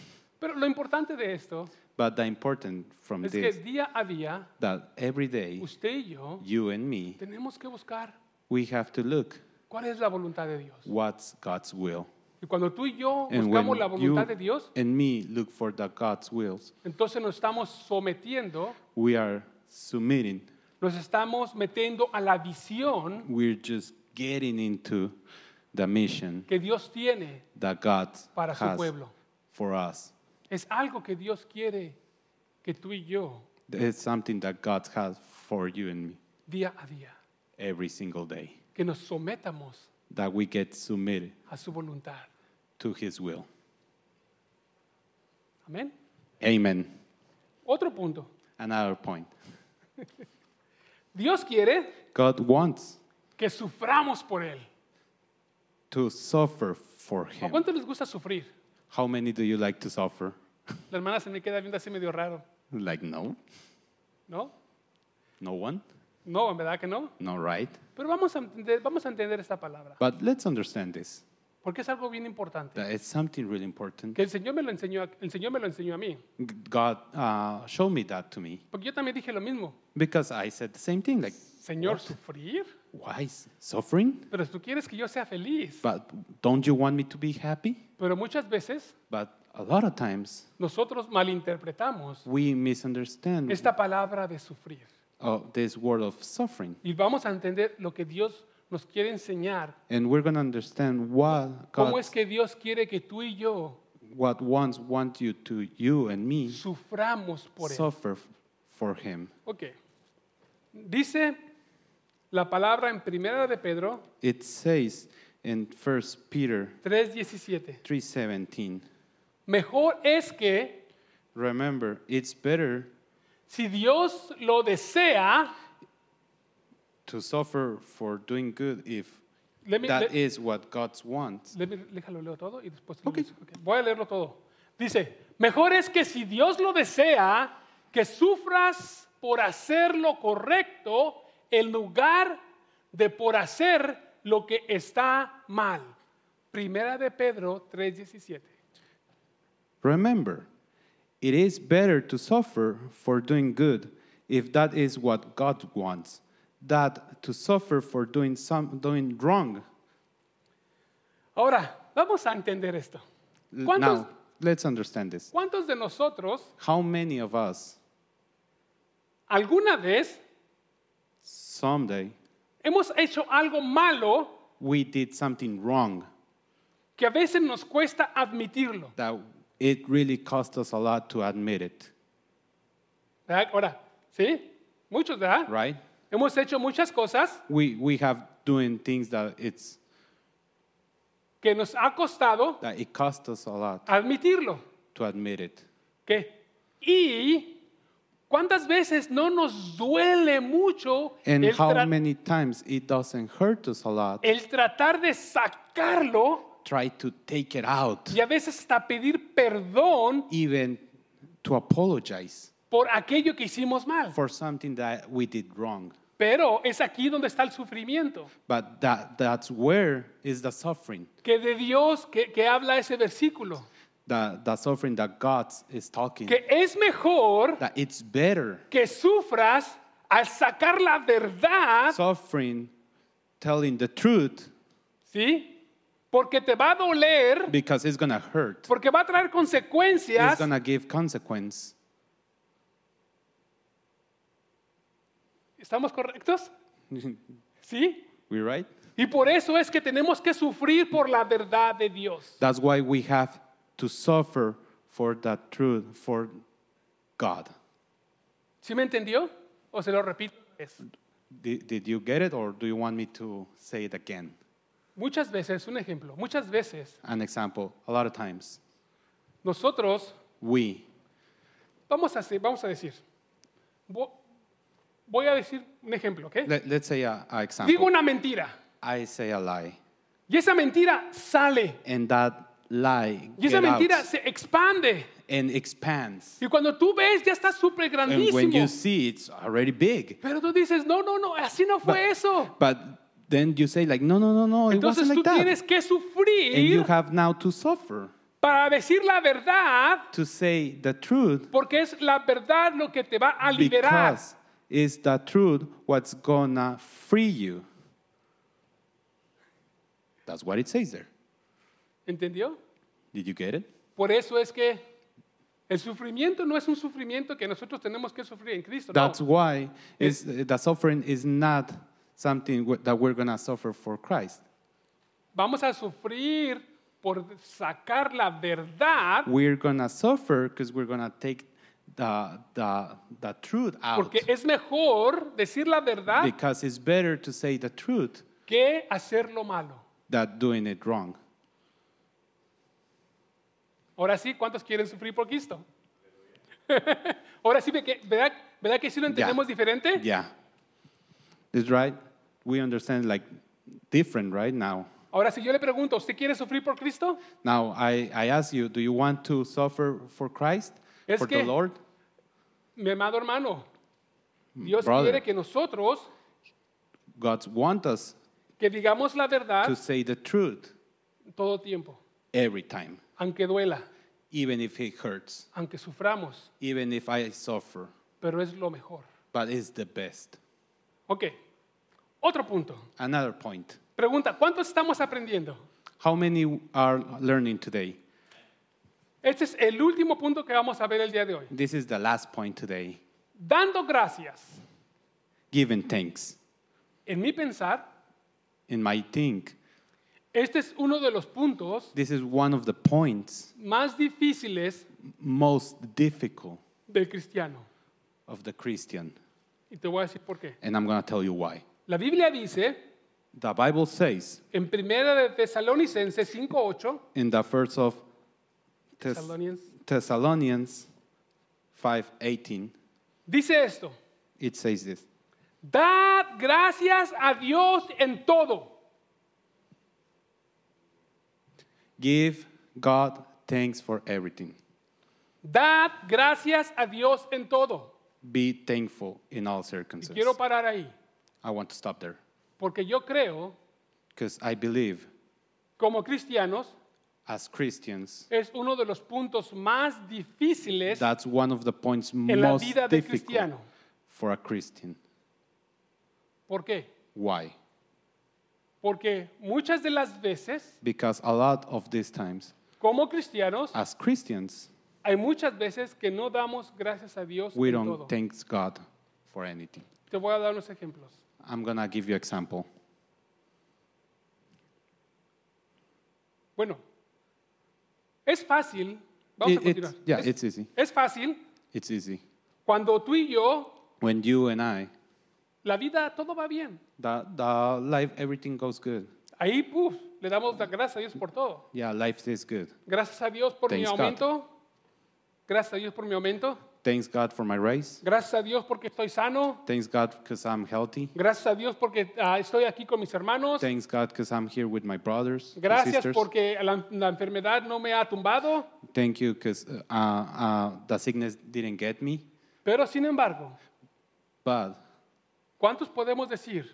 Pero lo importante de esto But the important from es que this día a día, that every day usted y yo you and me tenemos que buscar we have to look cuál es la voluntad de Dios. what's God's will. Y cuando tú y yo And buscamos when la voluntad de you Dios, and me look for the God's wills, entonces nos estamos sometiendo, we are submitting. nos estamos metiendo a la visión We're just getting into the mission que Dios tiene that God para su has pueblo. for us. Es algo que Dios quiere que tú y yo, It's something that God has for you and me día a día, every single day, que nos sometamos that we get submitted a su voluntad. to His will. Amén. Amen. Otro punto. Another point. Dios quiere God wants que suframos por Él. to suffer for ¿A Him. cuánto les gusta sufrir? How many do you like to suffer? La hermana se me queda viendo así medio raro, Like, no, ¿no? no one, No, en verdad que no. no, right? Pero vamos a entender, vamos a entender esta palabra, But let's understand this. porque es algo bien importante. That it's something really important. Que el Señor me lo enseñó, a- el Señor me lo enseñó a mí, God uh, showed me that to me porque yo también dije lo mismo. because I said the same thing. Like, Señor, sufrir, why is suffering? pero tú quieres que yo sea feliz. But don't you want me to be happy? Pero muchas veces But a lot of times nosotros malinterpretamos we misunderstand esta palabra de sufrir. uh, this word of suffering, Y vamos a entender lo que Dios nos quiere enseñar, and we're gonna understand what God, cómo es que Dios quiere que tú y yo what wants want you to you and me suframos por Él. suffer f- for Him. Ok. Dice la palabra en Primera de Pedro It says in First Peter 3:17. three seventeen. Mejor es que Remember, it's better si Dios lo desea, to suffer for doing good if let me- that let- is what God wants. let me- déjalo leo todo y después Ok. leemos. Ok, voy a leerlo todo. Dice, mejor es que si Dios lo desea, que sufras por hacer lo correcto en lugar de por hacer lo que está mal. Primera de Pedro 3:17. Remember, it is better to suffer for doing good if that is what God wants, that to suffer for doing some doing wrong. Ahora, vamos a entender esto. L- ¿Cuántos, Now, let's understand this. cuántos de nosotros How many of us alguna vez someday hemos hecho algo malo we did something wrong que a veces nos cuesta admitirlo? that it really cost us a lot to admit it, ¿Verdad? Ahora, ¿sí? Muchos, ¿verdad? right? Hemos hecho muchas cosas We we have doing things that it's que nos ha costado that it cost us a lot admitirlo. to admit it. ¿Qué? Y cuántas veces no nos duele mucho And el, how tra- many times it doesn't hurt us a lot. el tratar de sacarlo Try to take it out, y a veces hasta pedir perdón even to apologize por aquello que hicimos mal. for something that we did wrong. Pero es aquí donde está el sufrimiento, But that, that's where is the suffering, que de Dios que, que habla ese versículo, the, the suffering that God is talking. que es mejor That it's better que sufras al sacar la verdad, suffering telling the truth ¿sí? Porque te va a doler, because it's gonna hurt. porque va a traer It's consecuencias, gonna give consequence. ¿estamos <laughs> correctos? ¿Sí? We right? Y por eso es que tenemos que sufrir por la verdad de Dios. That's why we have to suffer for that truth, for God. ¿Sí me entendió? O se lo repito. Es- Did, did you get it, or do you want me to say it again? Muchas veces, un ejemplo, muchas veces An example. A lot of times, nosotros we, Vamos a, hacer- vamos a decir, vo- voy a decir un ejemplo, ¿ok? let, us say a, a Digo example. una mentira I say a lie, y esa mentira sale and that lie y esa get out mentira se expande and expands. y cuando tú ves ya está súper And when grandísimo. you see, it's already big. Pero tú dices, no, no, no, así no fue eso. But then you say like, no, no, no, no, it Entonces wasn't tú like that. tienes que and you sufrir have now to suffer para decir la verdad to say the truth porque es la verdad lo que te va a liberar. because it's the truth what's gonna free you. That's what it says there. ¿Entendió? Did you get it? Por eso es que el sufrimiento no es un sufrimiento que nosotros tenemos que sufrir en Cristo. no. That's why is eh, the suffering is not something wh- that we're gonna suffer for Christ. Vamos a sufrir por sacar la verdad We're going to suffer because we're going to take the, the, the truth out. porque es mejor decir la verdad Because it's better to say the truth que hacer lo malo. than doing it wrong. Ahora sí, ¿cuántos quieren sufrir por Cristo? <laughs> Ahora sí, ve que- ¿verdad, ¿verdad que sí lo entendemos diferente? Yeah. Is right? We understand like different right now. Ahora si yo le pregunto, ¿usted quiere sufrir por Cristo? Now I, I ask you, do you want to suffer for Christ? Es for que- the Lord? Mi amado hermano, Dios brother. quiere que nosotros, God wants us que digamos la verdad to say the truth todo tiempo, every time, aunque duela, even if it hurts, aunque suframos, even if I suffer. pero es lo mejor. But it's the best. Ok, otro punto. Another point. Pregunta, ¿cuánto estamos aprendiendo? How many are learning today? Este es el último punto que vamos a ver el día de hoy. This is the last point today. Dando gracias. Giving thanks. En mi pensar, In my think, este es uno de los puntos this is one of the points más difíciles most difficult del cristiano. of the Christian, Y te voy a decir por qué. and I'm going to tell you why. La Biblia dice The Bible says en 1 de Tesalonicenses 5:8, in the first of Thess- Thessalonians, Thessalonians 5:18, dice esto: it says this. Dad gracias a Dios en todo, Give God thanks for everything. dad gracias a Dios en todo. Be thankful in all Y circumstances. quiero parar ahí, I want to stop there porque yo creo, because I believe como cristianos, as Christians es uno de los puntos más difíciles that's one of the points en la most vida del difficult cristiano. for a Christian. ¿Por qué? Why? Porque muchas de las veces, Because a lot of these times como cristianos, as Christians Hay muchas veces que no damos gracias a Dios we en don't todo. thank God for anything. Te voy a dar unos ejemplos. I'm going to give you example. Bueno, es fácil, vamos It- a it- continuar. yeah, es, it's easy. es fácil It's easy. cuando tú y yo, When you and I, la vida, todo va bien. the, the life, everything goes good. Ahí, puf, le damos las gracias a Dios por todo. Yeah, life is good. Gracias a Dios por mi Thanks God. aumento. Gracias a Dios por mi aumento. Thanks God for my race. Gracias a Dios porque estoy sano. Thanks God because I'm healthy. Gracias a Dios porque ah, estoy aquí con mis hermanos. Thanks God because I'm here with my brothers, and Gracias sisters. porque la- la enfermedad no me ha tumbado. Thank you because uh, uh, the sickness didn't get me. Pero sin embargo, But ¿Cuántos podemos decir?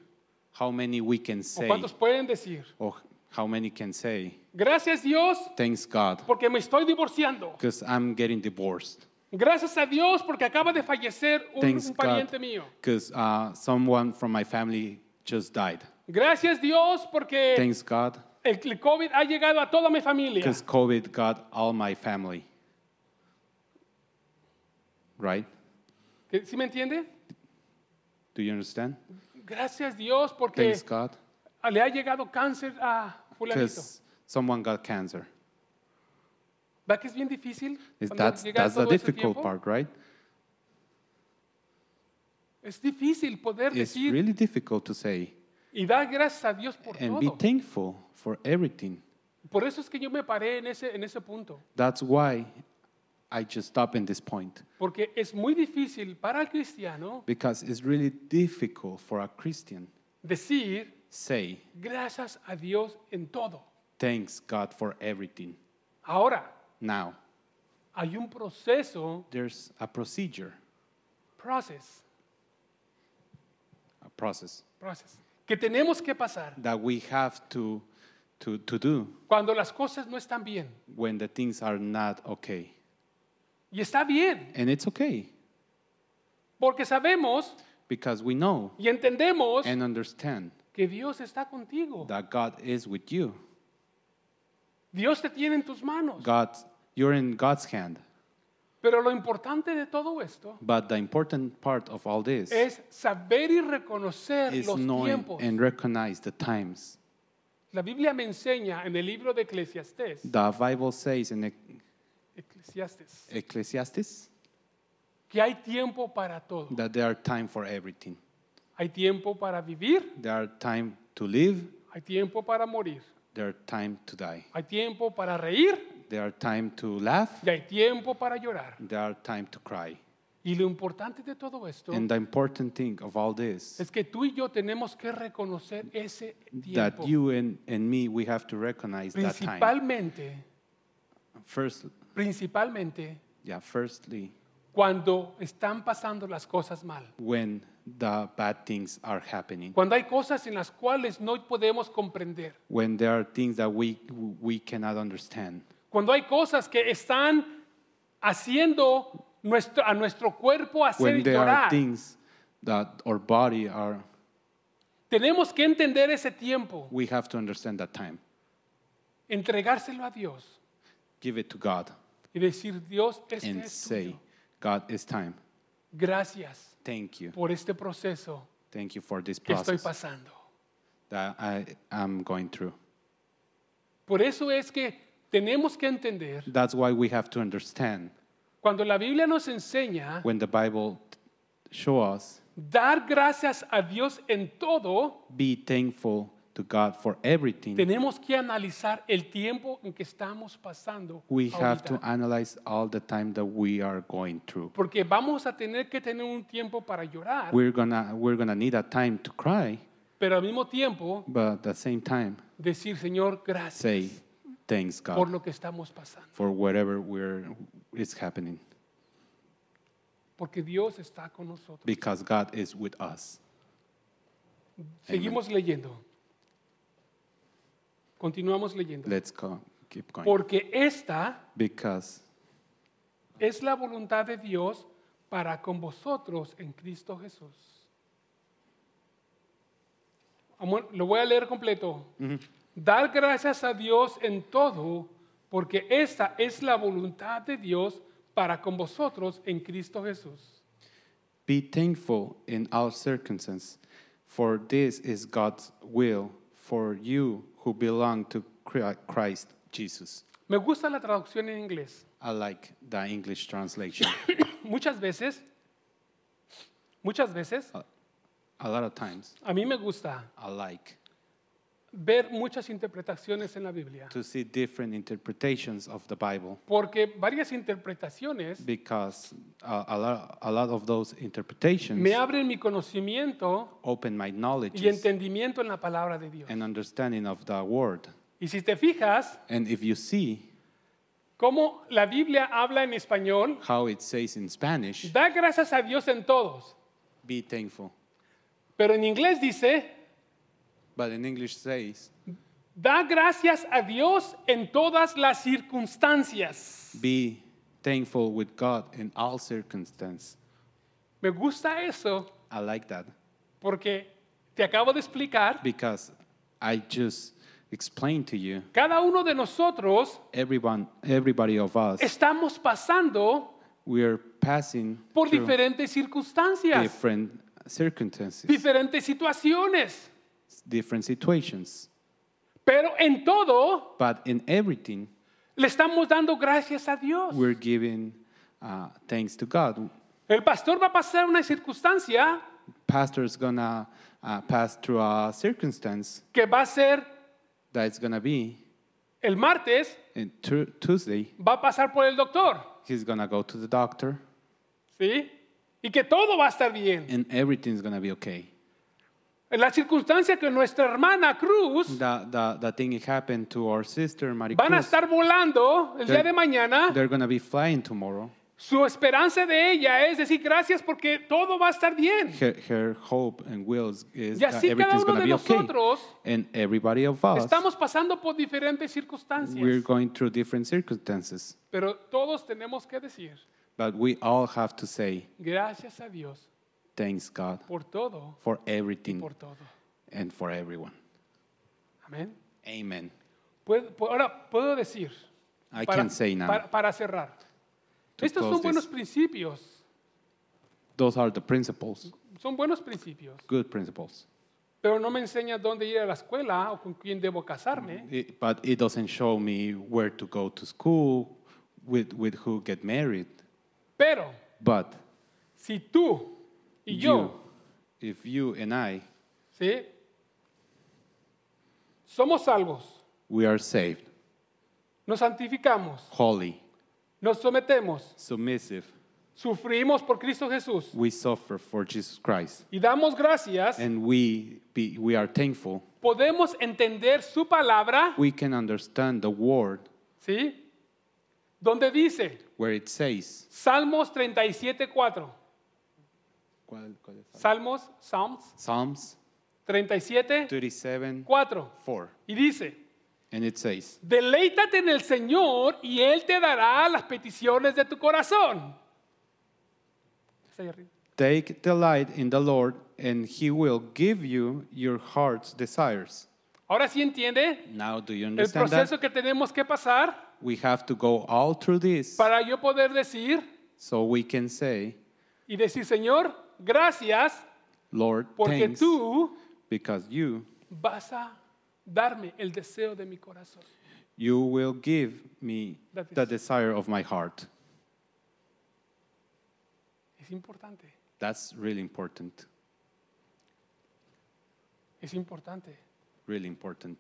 how many we can ¿O say, cuántos pueden decir? or how many can say, Gracias Dios thanks God porque me estoy divorciando. because I'm getting divorced. Gracias a Dios porque acaba de fallecer un, Thanks un God pariente mío. because uh, someone from my family just died. Gracias Dios porque Thanks God el, el COVID ha llegado a toda mi familia. because COVID got all my family. Right? ¿Que- ¿Sí me entiende? Do you understand? Gracias Dios porque Thanks God le ha llegado cáncer a fulanito. because someone got cancer. ¿Verdad que es bien difícil? Is- Cuando That's, llega that's the todo ese difficult tiempo, part, right? Es difícil poder It's decir really difficult to say y dar gracias a Dios por and be todo. thankful for everything. Por eso es que yo me paré en ese, en ese punto. That's why I just stop in this point Porque es muy difícil para el cristiano because it's really difficult for a Christian decir say gracias a Dios en todo. thanks God for everything. Ahora, Now, hay un proceso, there's a procedure, process, a process process, que tenemos que pasar that we have to, to, to do cuando las cosas no están bien. when the things are not okay. Y está bien, And it's okay porque sabemos because we know y entendemos and understand que Dios está contigo. that God is with you. Dios te tiene en tus manos. God, you're in God's hand. Pero lo importante de todo esto But the important part of all this es saber y reconocer is los knowing tiempos. and recognize the times. La Biblia me enseña en el libro de Eclesiastés, The Bible says in Ec- Eclesiastes Ecclesiastes que hay tiempo para todo. that there are time for everything. Hay tiempo para vivir, There are time to live, hay tiempo para morir, there are time to die. hay tiempo para reír There are time to laugh, y hay tiempo para llorar. there are time to cry. Y lo importante de todo esto And the important thing of all this es que tú y yo tenemos que reconocer ese that tiempo. you and, and me we have to recognize that time. Principalmente, First, principalmente yeah, firstly, cuando están pasando las cosas mal. when the bad things are happening, Cuando hay cosas en las cuales no podemos comprender. when there are things that we we cannot understand, Cuando hay cosas que están haciendo nuestro- a nuestro cuerpo hacer when there are llorar. things that our body are, Tenemos que entender ese tiempo, we have to understand that time. entregárselo a Dios Give it to God y decir, Dios, este and es say, tuyo. God, it's time. Gracias Thank you, por este proceso thank you for this que estoy process pasando. that I am going through. Por eso es que tenemos que entender, That's why we have to understand cuando la Biblia nos enseña when the Bible show us dar gracias a Dios en todo, be thankful to God for everything. tenemos que analizar el tiempo en que estamos pasando. We have to ahorita. analyze all the time that we are going through. Porque vamos a tener que tener un tiempo para llorar, We're gonna we're gonna need a time to cry, pero al mismo tiempo but at the same time decir, Señor, gracias say thanks por God lo que estamos pasando. for whatever we're is happening Porque Dios está con nosotros. because God is with us. Seguimos leyendo. Continuamos leyendo. Let's go keep going. Porque esta Because es la voluntad de Dios para con vosotros en Cristo Jesús. Amor, Lo voy a leer completo. Dar gracias a Dios en todo, porque esta es la voluntad de Dios para con vosotros en Cristo Jesús. Be thankful in all circumstances, for this is God's will for you who belong to Chri- Christ Jesus. Me gusta la traducción en inglés. I like the English translation Muchas veces, muchas veces, a lot of times. a mí me gusta I like ver muchas interpretaciones en la Biblia, to see different interpretations of the Bible porque varias interpretaciones because uh, a, lot, a lot of those interpretations me abren mi conocimiento open my knowledge y entendimiento en la palabra de Dios. and understanding of the word. Y si te fijas, And if you see cómo la Biblia habla en español, how it says in Spanish, da gracias a Dios en todos, be thankful. pero en inglés dice, But in English says, da gracias a Dios en todas las circunstancias. Be thankful with God in all circumstances. Me gusta eso I like that porque te acabo de explicar, because I just explained to you cada uno de nosotros everyone everybody of us estamos pasando we are passing por through diferentes circunstancias, different circumstances, diferentes situaciones, different situations. pero en todo But in everything Le estamos dando gracias a Dios. we're giving uh, thanks to God. El pastor va a pasar una circunstancia Pastor's gonna uh, pass through a circumstance que va a ser that it's gonna be el martes, in Tu Tuesday. va a pasar por el doctor, He's gonna go to the doctor, ¿sí? Y que todo va a estar bien. and everything's gonna be okay. La circunstancia que nuestra hermana Cruz the, the, the thing that happened to our sister Marie van a Cruz, estar volando el día de mañana, they're gonna be flying tomorrow. su esperanza de ella es decir gracias porque todo va a estar bien. Her, her hope and wills is Y that así cada everything's uno gonna de be okay. nosotros And everybody of us, estamos pasando por diferentes we're circunstancias, going through different circumstances, pero todos tenemos que decir but we all have to say gracias a Dios thanks God por todo, for everything por todo. and for everyone. Amén. Amen. Puedo- pu- ahora puedo decir, I para, can say now. para- para cerrar, To estos son close buenos this. principios, Those are the principles, son buenos principios, good principles. pero no me enseña dónde ir a la escuela o con quién debo casarme. It- but it doesn't show me where to go to school, with, with who get married. Pero But si tú y yo, you, if you and I, ¿sí? Somos salvos, we are saved, nos santificamos, holy, nos sometemos, submissive, sufrimos por Cristo Jesús we suffer for Jesus Christ, y damos gracias, and we, be, we are thankful. podemos entender su palabra, We can understand the word ¿sí? Donde dice, where it says, Salmos 37.4, Salmos, Psalms Psalms 37.4, 37 4. y dice, And it says, Deleítate en el Señor y Él te dará las peticiones de tu corazón. Está ahí arriba. Take delight in the Lord, and he will give you your heart's desires. Ahora sí entiende Now, do you el understand proceso that? que tenemos que pasar We have to go all through this para yo poder decir so we can say, y decir, Señor, gracias Lord, porque thanks, tú because you, vas a darme el deseo de mi corazón. you will give me That the is- desire of my heart. Es importante, That's really important, es importante. really important.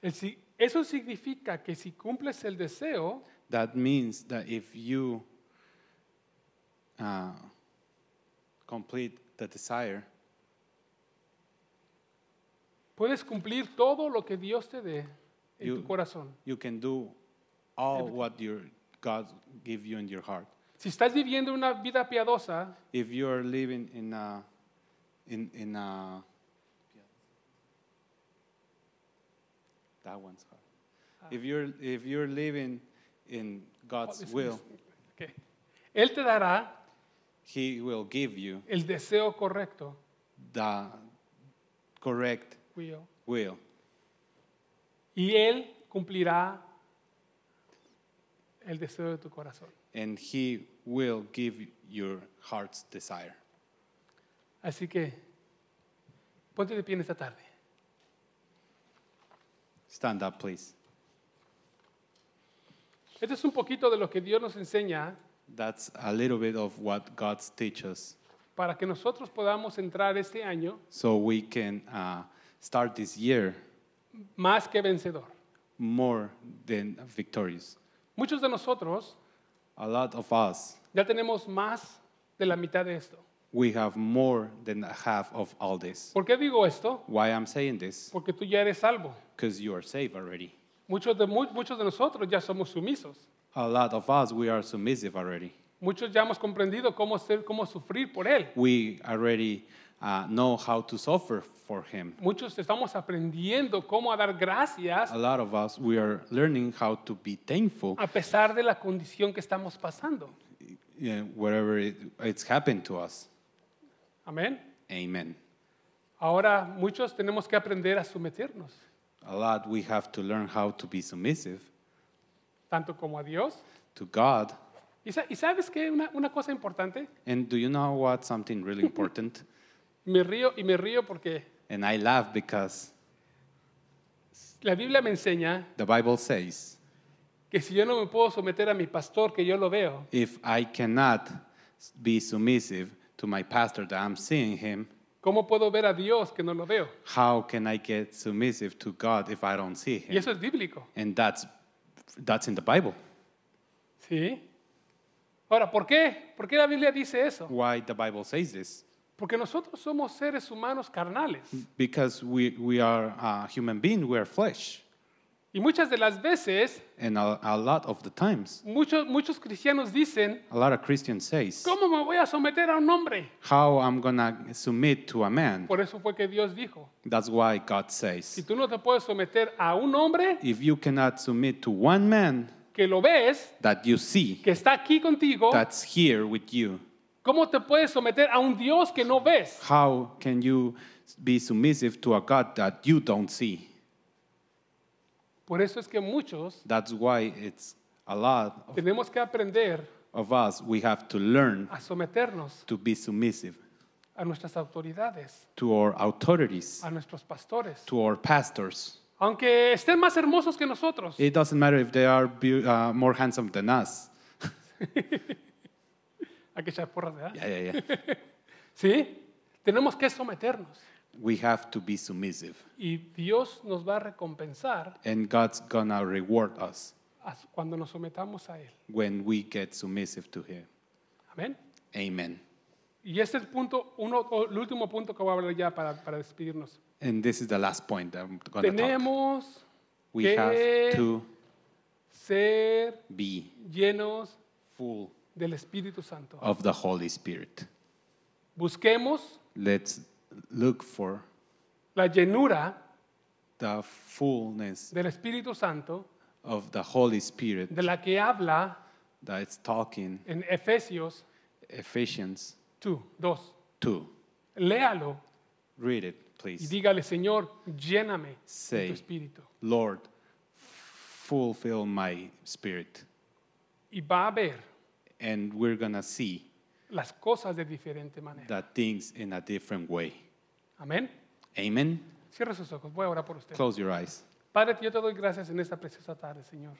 El si- Eso significa que si cumples el deseo, That means that if you uh, complete the desire, puedes cumplir todo lo que Dios te dé en You- tu corazón. you can do all what your God give you in your heart. Si estás viviendo una vida piadosa, If you are living in a in in a that one's hard. If you're if you're living in God's will, ok, Él te dará He will give you el deseo correcto. the correct Will, will, Y Él cumplirá el deseo de tu corazón. and He will give your heart's desire. Así que ponte de pie en esta tarde. Stand up, please. Esto es un poquito de lo que Dios nos enseña That's a little bit of what God teaches. para que nosotros podamos entrar este año so we can uh, start this year más que vencedor. more than victorious. Muchos de nosotros A lot of us, ya tenemos más de la mitad de esto. we have more than half of all this. ¿Por qué digo esto? Why I'm saying this? Porque tú ya eres salvo. Because you are saved already. Muchos de, mu- muchos de nosotros ya somos sumisos. A lot of us, we are submissive already. Muchos ya hemos comprendido cómo, ser, cómo sufrir por Él. We already uh, know how to suffer for Him. Muchos estamos aprendiendo cómo a dar gracias A lot of us, we are learning how to be thankful a pesar de la condición que estamos pasando. you know, wherever it, it's happened to us. Amén. Amen. Ahora muchos tenemos que aprender a someternos, A lot, we have to learn how to be submissive tanto como a Dios. to God ¿Y, sa- y sabes qué? Una, una cosa importante. And do you know what? Something really important. Me río y me río porque and I laugh because la Biblia me enseña the Bible says, que si yo no me puedo someter a mi pastor, que yo lo veo, if I cannot be submissive to my pastor that I'm seeing him, ¿cómo puedo ver a Dios que no lo veo? how can I get submissive to God if I don't see Y him? eso es bíblico. And that's that's in the Bible. ¿Sí? Ahora, ¿por qué? ¿Por qué la Biblia dice eso? Why the Bible says this? Porque nosotros somos seres humanos carnales. Because we, we are uh, human being, we are flesh. Y muchas de las veces, And a, a lot of the times, muchos, muchos cristianos dicen, a lot of Christians says, ¿cómo me voy a someter a un hombre? how I'm gonna submit to a man. Por eso fue que Dios dijo, That's why God says. si tú no te puedes someter a un hombre if you cannot submit to one man que lo ves, that you see, que está aquí contigo, that's here with you, ¿cómo te puedes someter a un Dios que no ves? how can you be submissive to a God that you don't see? Por eso es que muchos That's why it's a lot. Of, tenemos que aprender of us, we have to learn a someternos to be submissive a nuestras autoridades, to our authorities, a nuestros pastores. to our pastors. Aunque estén más hermosos que nosotros, It doesn't matter if they are beau- uh, more handsome than us. hay que echar porras, ¿verdad? Yeah, yeah, yeah. Sí, tenemos que someternos. we have to be submissive, Y Dios nos va a recompensar and God's gonna reward us as- cuando nos sometamos a Él. when we get submissive to Him. Amén. Amen. Y este es el punto, uno, o el último punto que voy a hablar ya para, para despedirnos. And this is the last point that I'm gonna talk. Tenemos We que have to ser be llenos full del Espíritu Santo. of the Holy Spirit. Busquemos Let's look for la llenura the fullness del Espíritu Santo of the Holy Spirit de la que habla that is talking en Efesios Ephesians 2, 2. 2. Léalo Read it, y please. dígale, Señor, lléname de Say. tu Espíritu. Lord, fulfill my spirit. Y va a ver And we're going to see las cosas de diferente manera. the things in a different way. Amén. Amen. Cierre sus ojos, voy a orar por usted. Close your eyes. Padre, yo te doy gracias en esta preciosa tarde, Señor.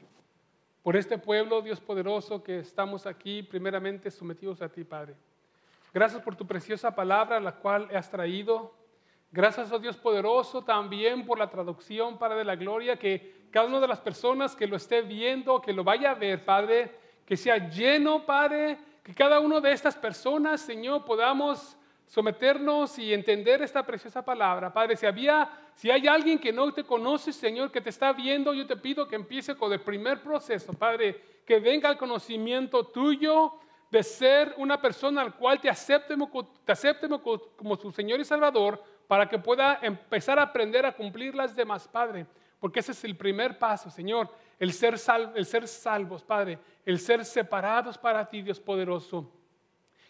Por este pueblo, Dios poderoso, que estamos aquí primeramente sometidos a ti, Padre. Gracias por tu preciosa palabra, la cual has traído. Gracias, oh Dios poderoso, también por la traducción, Padre de la Gloria, que cada una de las personas que lo esté viendo, que lo vaya a ver, Padre, que sea lleno, Padre, que cada una de estas personas, Señor, podamos someternos y entender esta preciosa palabra. Padre, si había, si hay alguien que no te conoce, Señor, que te está viendo, yo te pido que empiece con el primer proceso, Padre, que venga al conocimiento tuyo de ser una persona al cual te aceptemos, co- te aceptemos co- como tu Señor y Salvador para que pueda empezar a aprender a cumplir las demás, Padre. Porque ese es el primer paso, Señor, el ser, sal- el ser salvos, Padre, el ser separados para ti, Dios poderoso.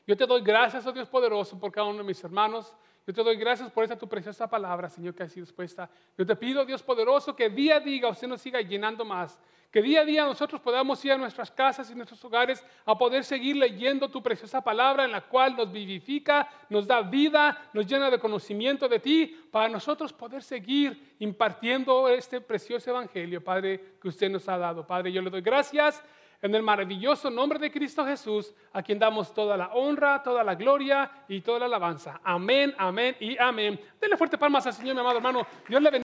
Yo te doy gracias, oh Dios poderoso, por cada uno de mis hermanos. Yo te doy gracias por esta tu preciosa palabra, Señor, que ha sido expuesta. Yo te pido, Dios poderoso, que día a día usted nos siga llenando más. Que día a día nosotros podamos ir a nuestras casas y nuestros hogares a poder seguir leyendo tu preciosa palabra en la cual nos vivifica, nos da vida, nos llena de conocimiento de ti, para nosotros poder seguir impartiendo este precioso evangelio, Padre, que usted nos ha dado. Padre, yo le doy gracias. En el maravilloso nombre de Cristo Jesús, a quien damos toda la honra, toda la gloria y toda la alabanza. Amén, amén y amén. Denle fuerte palmas al Señor, mi amado hermano. Dios le bendiga.